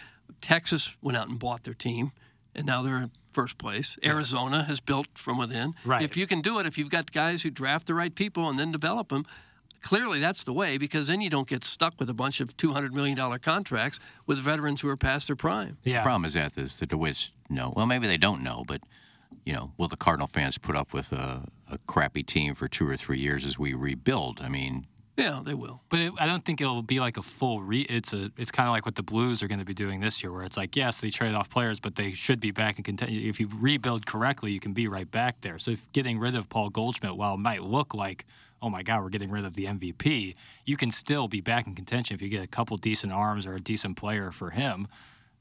Texas went out and bought their team, and now they're in first place. Arizona has built from within.
Right.
If you can do it, if you've got guys who draft the right people and then develop them, clearly that's the way because then you don't get stuck with a bunch of $200 million contracts with veterans who are past their prime.
The problem is that this, the DeWitts know. Well, maybe they don't know, but you know, will the Cardinal fans put up with a, a crappy team for two or three years as we rebuild? I mean,
Yeah, they will.
But it, I don't think it'll be like a full re. It's a. It's kind of like what the Blues are going to be doing this year, where it's like, yes, they trade off players, but they should be back and continue. If you rebuild correctly, you can be right back there. So if getting rid of Paul Goldschmidt, while it might look like, oh my God, we're getting rid of the MVP, you can still be back in contention if you get a couple decent arms or a decent player for him.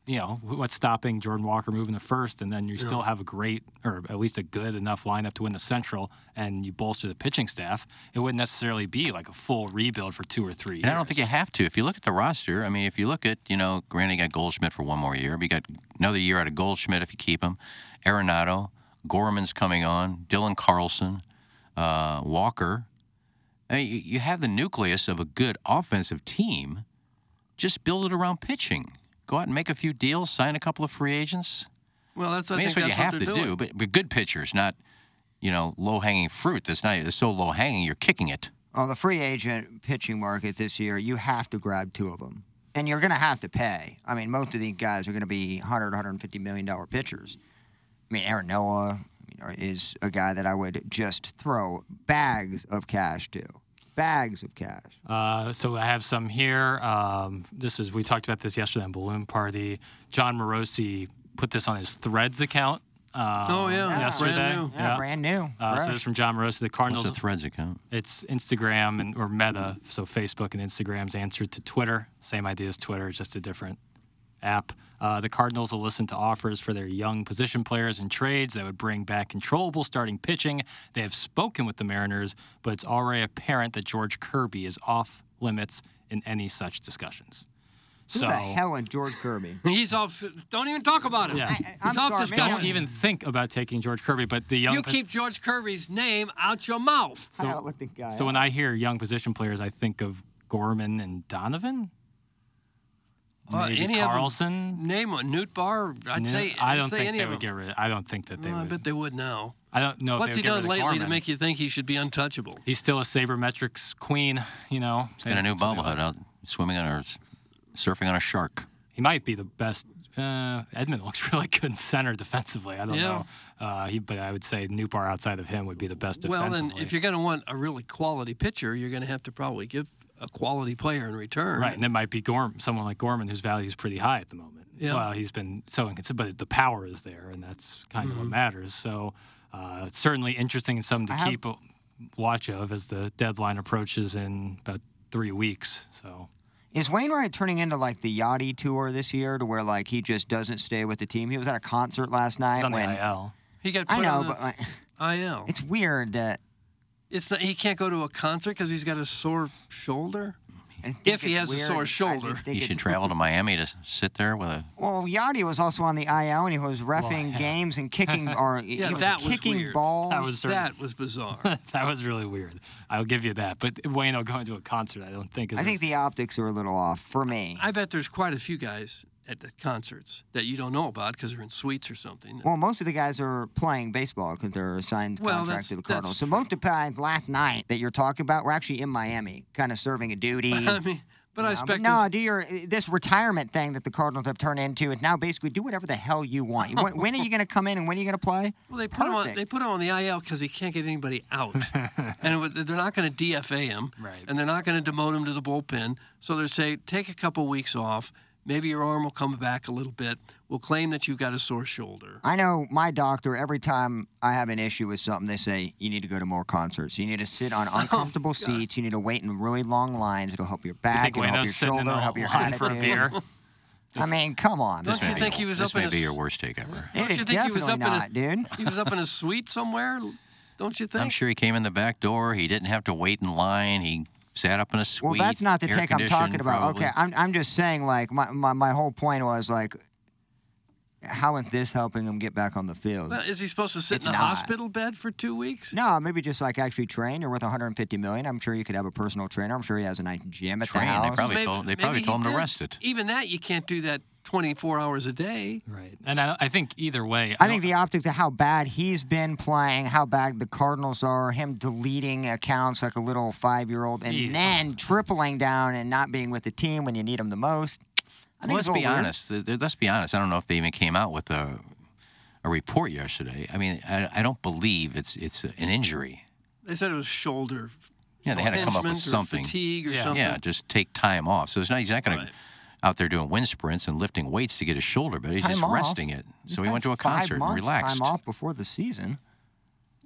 You know wh- what's stopping Jordan Walker moving to first, and then you
Yeah.
still have a great or at least a good enough lineup to win the Central, and you bolster the pitching staff. It wouldn't necessarily be like a full rebuild for two or three years.
And I don't think you have to. If you look at the roster, I mean, if you look at, you know, granted, you got Goldschmidt for one more year, but you got another year out of Goldschmidt if you keep him. Arenado, Gorman's coming on, Dylan Carlson, uh, Walker. I mean, you, you have the nucleus of a good offensive team. Just build it around pitching. Go out and make a few deals, sign a couple of free agents.
Well, that's,
I
I
mean,
think
that's what you
that's
have
what
to
they're doing.
do. But, but good pitchers, not, you know, low hanging fruit. That's not. It's so low hanging, you're kicking it.
on the free agent pitching market this year, you have to grab two of them. And you're going to have to pay. I mean, most of these guys are going to be 100, 150 million dollar pitchers. I mean, Aaron Noah you know, is a guy that I would just throw bags of cash to. Bags of cash.
Uh, so I have some here. Um, this is we talked about this yesterday on Balloon Party. John Morosi put this on his Threads account. Um,
Oh, yeah, that's
yesterday.
brand new. Yeah, brand new,
Uh, so
fresh.
this is from John Morosi. The Cardinals.
What's the Threads account?
It's Instagram and or Meta, so Facebook and Instagram's answer to Twitter. Same idea as Twitter, just a different app. Uh, the Cardinals will listen to offers for their young position players and trades that would bring back controllable starting pitching. They have spoken with the Mariners, but it's already apparent that George Kirby is off limits in any such discussions.
Who
So
the hell is George
(laughs)
Kirby?
He's off. Don't even talk about him.
Yeah.
He's
I'm
off
sorry, man.
discussion.
don't even think about taking George Kirby, but the young
you
pos-
keep George Kirby's name out your mouth.
So- I
the guy.
So when I hear young position players, I think of Gorman and Donovan.
Uh,
Maybe
any of 'em.
Carlson.
name a Newt Bar. I'd
No,
say.
I
I'd
don't
say
think
any
they
of them.
would get rid. I don't think that they
Well, I
would.
bet they would now.
I don't know. if
What's he
they would get
done
rid of
lately to
Gorman.
make you think he should be untouchable?
He's still a sabermetrics queen. You know,
He's got a new bobblehead out swimming on or s- surfing on a shark.
He might be the best. Uh, Edmund looks (laughs) really good in center defensively. I don't
Yeah.
know. Uh, he, but I would say Newbar outside of him would be the best
Well,
defensively.
then, if you're going to want a really quality pitcher, you're going to have to probably give a quality player in return.
Right, and it might be Gorm, someone like Gorman whose value is pretty high at the moment.
Yeah.
Well, he's been so inconsistent, but the power is there, and that's kind of what matters. So, uh, it's certainly interesting and something to
I have-
keep a watch of as the deadline approaches in about three weeks. So,
Is Wainwright turning into like the Yachty tour this year to where like he just doesn't stay with the team? He was at a concert last night
on the
when.
IL.
He got. Put
I know,
on
but like,
I know.
it's weird that.
It's not, he can't go to a concert because he's got a sore shoulder.
I think
If he
it's
has a
weird.
sore
I
shoulder.
think
You
it's
should travel to Miami to sit there with a.
Well, Yachty was also on the IL and he was refing games and
(laughs)
kicking or
Yeah,
he was
that was
kicking
weird.
balls.
That was certain-
That was bizarre.
(laughs) (laughs) that was really weird. I'll give you that. But Wayno going to a concert, I don't think. Is
I think
as-
the optics are a little off for me.
I bet there's quite a few guys at the concerts that you don't know about because they're in suites or something.
Well, most of the guys are playing baseball because they're assigned
Well, that's-
contracts to the
that's
Cardinals. So most of the guys last night that you're talking about were actually in Miami, kind of serving a duty.
I mean, (laughs) but I
Um,
expect
no, do your this retirement thing that the Cardinals have turned into is now basically do whatever the hell
(laughs)
you want. When, when are you going to come in and when are you going to play?
Well, they put him on.
Perfect.
They put him on the IL because he can't get anybody
(laughs)
out, and it would- they're not going to DFA him,
Right.
and they're not going to demote him to the bullpen. So they're saying, take a couple weeks off. Maybe your arm will come back a little bit. We'll claim that you've got a sore
(laughs)
shoulder.
I know my doctor. Every time I have an issue with something, they say you need to go to more concerts. You need to sit on uncomfortable seats. You need to wait in really long lines. It'll help your back.
think
It'll help your
Wayno's sitting in
shoulder.
the
Help your
line
attitude.
for a beer.
(laughs) I mean, come on.
Don't
man.
you think he was
this
up
may
in a?
be your worst take ever.
It
Don't
is
you think he was
definitely
up
not,
in a?
dude.
He was up in a suite somewhere. Don't you think?
I'm sure he came in the back door. He didn't have to wait in line. He sat up in a suite.
Well, that's not the
air
take I'm talking
conditioned,
about.
probably.
Okay, I'm, I'm just saying, like, my, my, my whole point was, like, How is this helping him get back on the field?
Well, is he supposed to sit
It's
in a
not.
hospital bed for two weeks?
No, maybe just like actually train. You're worth 150 million. I'm sure you could have a personal trainer. I'm sure he has a nice gym at
Train,
the
they
house.
probably Maybe- told- they probably
Maybe he did. Even that, you can't do that 24 hours a day.
Right. And I, I think either way,
I think the optics of how bad he's been playing, how bad the Cardinals are, him deleting accounts like a little five year old, and
Jeez.
then tripling down and not being with the team when you need him the most. I think
Well,
it's
let's
a
be
little weird.
honest. Th- th- Let's be honest. I don't know if they even came out with a, a report yesterday. I mean, I, I don't believe it's it's an injury.
They said it was shoulder.
Yeah, they had to come up with
impingement or
something.
Fatigue or
yeah.
something.
Yeah, just take time off. So it's not he's not going to out there doing wind sprints and lifting weights to get his shoulder, but he's
Time
just
off.
resting it.
He's
So he
had
went to a
five
concert and
months
relaxed.
Time off before the season.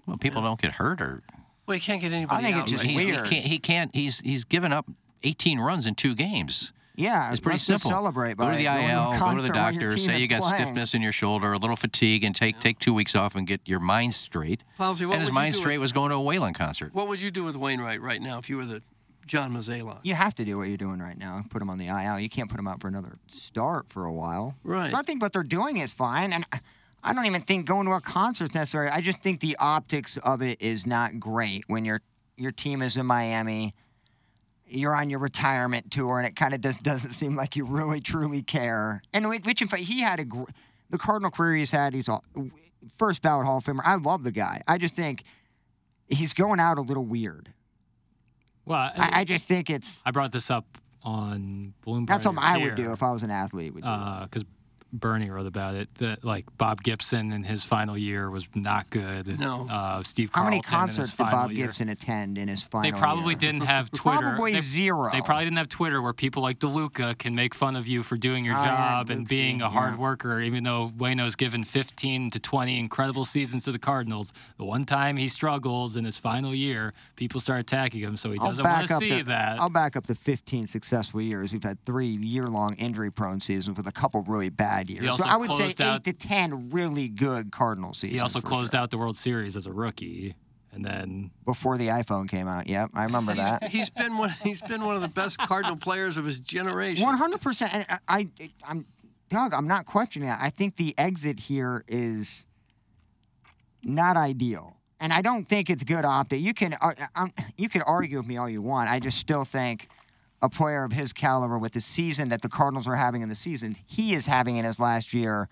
Well, people don't get hurt or
Well, you can't get anybody
think it
out.
just
right?
he's, he can't. He can't. He's he's given up 18 runs in two games.
Yeah,
It's pretty
let's just
simple.
Celebrate
go
by
to the
going a
IL, go to the
concert while your
doctor,
team
say
is
you got
playing.
stiffness in your shoulder, a little fatigue, and take take two weeks off and get your mind straight.
Palsy, what
and his
would you
mind
do
straight
if-
was going to a Whalen concert.
What would you do with Wainwright right now if you were the John Mazalon?
You have to do what you're doing right now. Put him on the IL. You can't put him out for another start for a while.
Right.
But I think what they're doing is fine, and I- I don't even think going to a concert's necessary. I just think the optics of it is not great when your your team is in Miami. You're on your retirement tour, and it kind of just doesn't seem like you really truly care. And whi- which, in fact, he had a gr- the Cardinal career he's had. He's all, first ballot Hall of Famer. I love the guy. I just think he's going out a little weird.
Well, I,
I, I just think it's
I brought this up on Bloomberg.
That's something I would
here. Uh,
do if I was an athlete. Would do.
because Bernie wrote about it that like Bob Gibson in his final year was not good.
No.
uh, Steve.
How many
Carlton in his
concerts did
final
Bob
year.
Gibson attend in his final?
They probably
year?
didn't
(laughs)
have Twitter.
Probably
they,
zero.
They probably didn't have Twitter where people like DeLuca can make fun of you for doing your
Oh, yeah,
job and
Lucy,
being a hard
yeah.
worker, even though Wayno's given 15 to 20 incredible seasons to the Cardinals. The one time he struggles in his final year, people start attacking him, so he
I'll
doesn't want
back
to
up
see
the,
that.
I'll back up the 15 successful years. We've had three year-long injury-prone seasons with a couple really bad years.
also
So I would say
closed out-
eight to ten really good Cardinal seasons.
he also closed out the World Series as a rookie, and then
before the iPhone came out. Yep, I
(laughs)
remember that.
he's been one. He's been one of the best
(laughs)
Cardinal players of his generation.
One hundred percent. And I, I, I'm Doug. I'm not questioning that. I think the exit here is not ideal, and I don't think it's good optic. You can, ar- I'm, you can argue with me all you want. I just still think a player of his caliber, with the season that the Cardinals are having in the season he is having in his last year,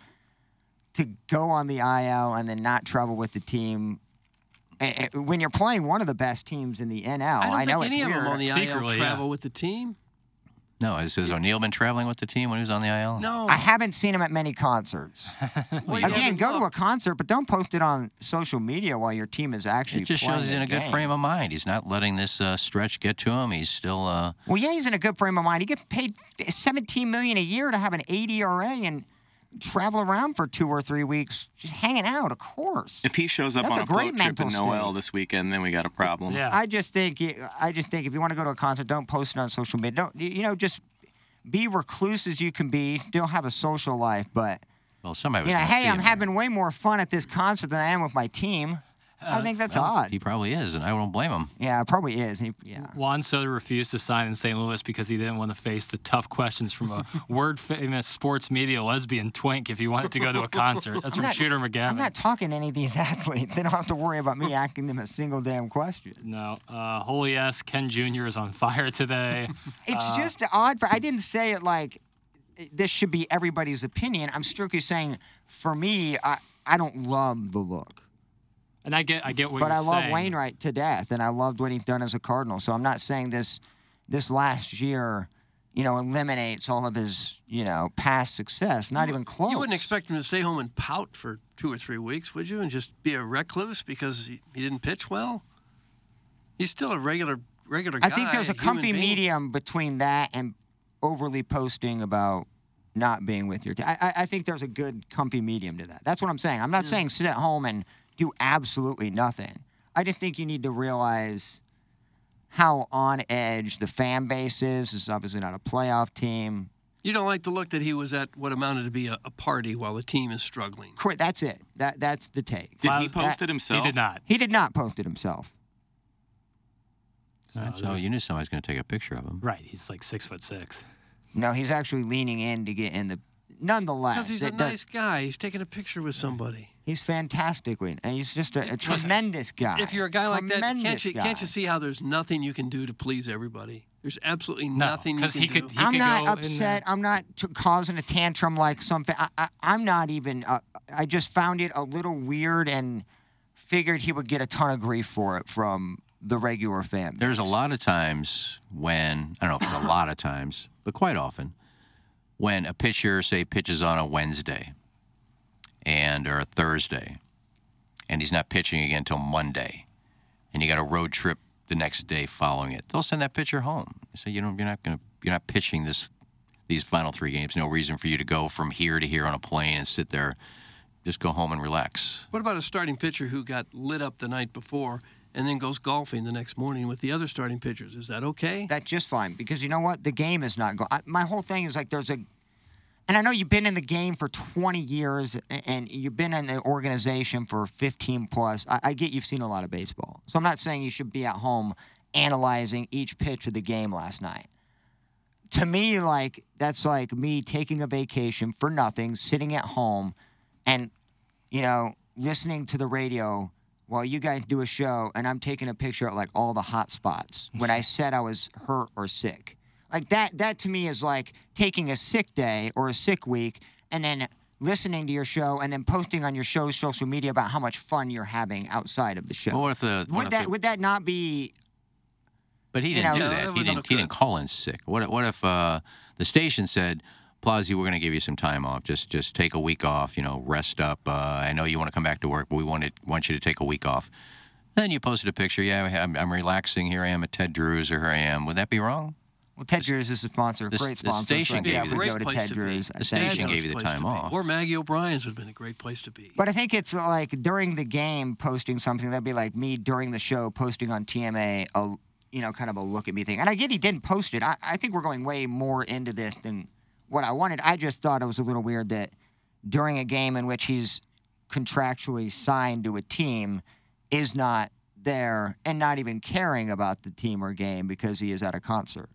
to go on the IL and then not travel with the team. eh, eh, When you're playing one of the best teams in the NL,
I
I,
don't
know
think
it's
any of
weird.
them on the IL travel with the team.
No, has, has O'Neill been traveling with the team when he was on the IL?
No.
I haven't seen him at many concerts. Again, go to a concert, but don't post it on social media while your team is actually.
It just
playing
shows he's in
the
a good
game.
frame of mind. He's not letting this uh, stretch get to him. He's still. Uh,
Well, yeah, he's in a good frame of mind. He gets paid f- 17 million a year to have an 80 ERA and travel around for two or three weeks, just hanging out. Of course.
If he shows up
That's
on
a
a,
great
float trip to
mental state.
Noel this weekend, then we got a problem.
I just think you- I just think if you want to go to a concert, don't post it on social media. Don't you know? Just be recluse as you can be. Don't have a social life, but
well, somebody was.
you know,
gonna see
hey, I'm
him.
having way more fun at this concert than I am with my team. I think that's
Uh, Well,
odd.
He probably is, and I don't blame him.
Yeah, it probably is. He- yeah.
Juan Soto refused to sign in St. Louis because he didn't want to face the tough questions
(laughs)
from a word famous sports media lesbian twink if he wanted to go to a concert. That's
I'm
from
not-
Shooter
I'm
McGavin.
not talking to any of these (laughs) athletes. They don't have to worry about me asking them a single damn question.
no, uh, holy S. Ken Jr. is on
(laughs)
fire today.
It's
Uh,
just odd. For I didn't say it like eh, this should be everybody's opinion. I'm strictly saying for me, I, I don't love the look.
and I get, I get what
but
you're
I love
saying.
Wainwright to death, and I loved what he's done as a Cardinal. So I'm not saying this this last year, you know, eliminates all of his, you know, past success. Not even close.
You wouldn't expect him to stay home and pout for two or three weeks, would you? And just be a recluse because he, he didn't pitch well. He's still a regular regular
I
guy.
think there's a
human
comfy
being.
medium between that and overly posting about not being with your team. I, I- I think there's a good comfy medium to that. That's what I'm saying. I'm not saying sit at home and do absolutely nothing. I just think you need to realize how on edge the fan base is. This is obviously not a playoff team.
You don't like the look that he was at what amounted to be a, a party while the team is struggling.
Quit. That's it. That that's the take.
Did he
That-
post it himself? He did not.
He did not post it himself.
So,
Oh,
you knew somebody was going to take a picture of him.
Right, he's like six foot six.
No, he's actually leaning in to get in the. nonetheless,
Because he's a
that- that-
nice guy. He's taking a picture with somebody.
he's fantastic, Wayne, and he's just a, a
Listen,
tremendous guy.
If you're a guy like that, can't
Tremendous
you, can't
guy.
you see how there's nothing you can do to please everybody? There's absolutely nothing you
'cause
can uh,
he
do.
could-
I'm not upset. I'm not t- causing a tantrum like something. I, I, I'm not even. Uh, I just found it a little weird and figured he would get a ton of grief for it from the regular family.
There's a lot of times when, I don't know
(laughs)
if it's a lot of times, but quite often, when a pitcher, say, pitches on a Wednesday and or a Thursday, and he's not pitching again until Monday, and you got a road trip the next day following it, they'll send that pitcher home. They say, you know, you're not gonna you're not pitching this these final three games. No reason for you to go from here to here on a plane and sit there. Just go home and relax.
What about a starting pitcher who got lit up the night before and then goes golfing the next morning with the other starting pitchers? Is that okay?
That's just fine because you know what? The game is not going. My whole thing is like there's a, and I know you've been in the game for 20 years a- and you've been in the organization for 15 plus. I, I get you've seen a lot of baseball, so I'm not saying you should be at home analyzing each pitch of the game last night. To me, like that's like me taking a vacation for nothing, sitting at home, and you know listening to the radio while you guys do a show and I'm taking a picture of like all the hot spots when I said I was hurt or sick. Like that that to me is like taking a sick day or a sick week and then listening to your show and then posting on your show's social media about how much fun you're having outside of the show.
But what if the what
would
if
that
the-
would that not be
But he
You
didn't
know,
do
Yeah,
that. He
everyone
didn't. He didn't call in sick. What? if- What if uh, the station said, "Plazzi, we're going to give you some time off. Just, just take a week off. You know, rest up. Uh, I know you want to come back to work, but we want to want you to take a week off." Then you posted a picture. Yeah, I'm, I'm relaxing. Here I am at Ted Drew's, or here I am. Would that be wrong?
Well, Ted Drew's is a sponsor,
the-
great
the
sponsor.
station
so
gave
yeah,
you
we
the-
go to
Great place
Ted
to be.
Drew's.
The station gave you the
Place to
time
be.
off.
Or Maggie O'Brien's would have been a great place to be.
But I think it's like during the game posting something that'd be like me during the show posting on TMA a you know kind of a look at me thing. And I get he didn't post it. I, I think we're going way more into this than what I wanted. I just thought it was a little weird that during a game in which he's contractually signed to a team is not there and not even caring about the team or game because he is at a concert.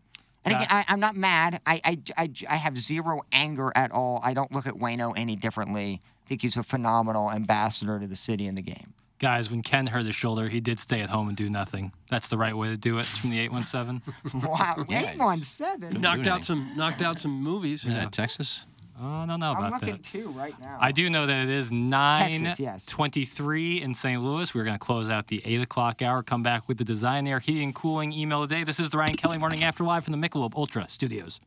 And again, I, I'm not mad. I, I, I, I have zero anger at all. I don't look at Wayno any differently. I think he's a phenomenal ambassador to the city and the game.
Guys, when Ken hurt his shoulder, he did stay at home and do nothing. That's the right way to do it from the
(laughs)
817.
(laughs) Wow,
Yeah,
eight one seven.
knocked out some knocked out some movies.
that Yeah.
Texas?
Oh, no, no,
I'm
about
looking
that.
too right now.
I do know that it is 9
Texas, yes.
23 in St. Louis. We're going to close out the 8 o'clock hour, come back with the Design Air Heating and Cooling email today. This is the Ryan Kelly Morning After Live from the Michelob Ultra Studios.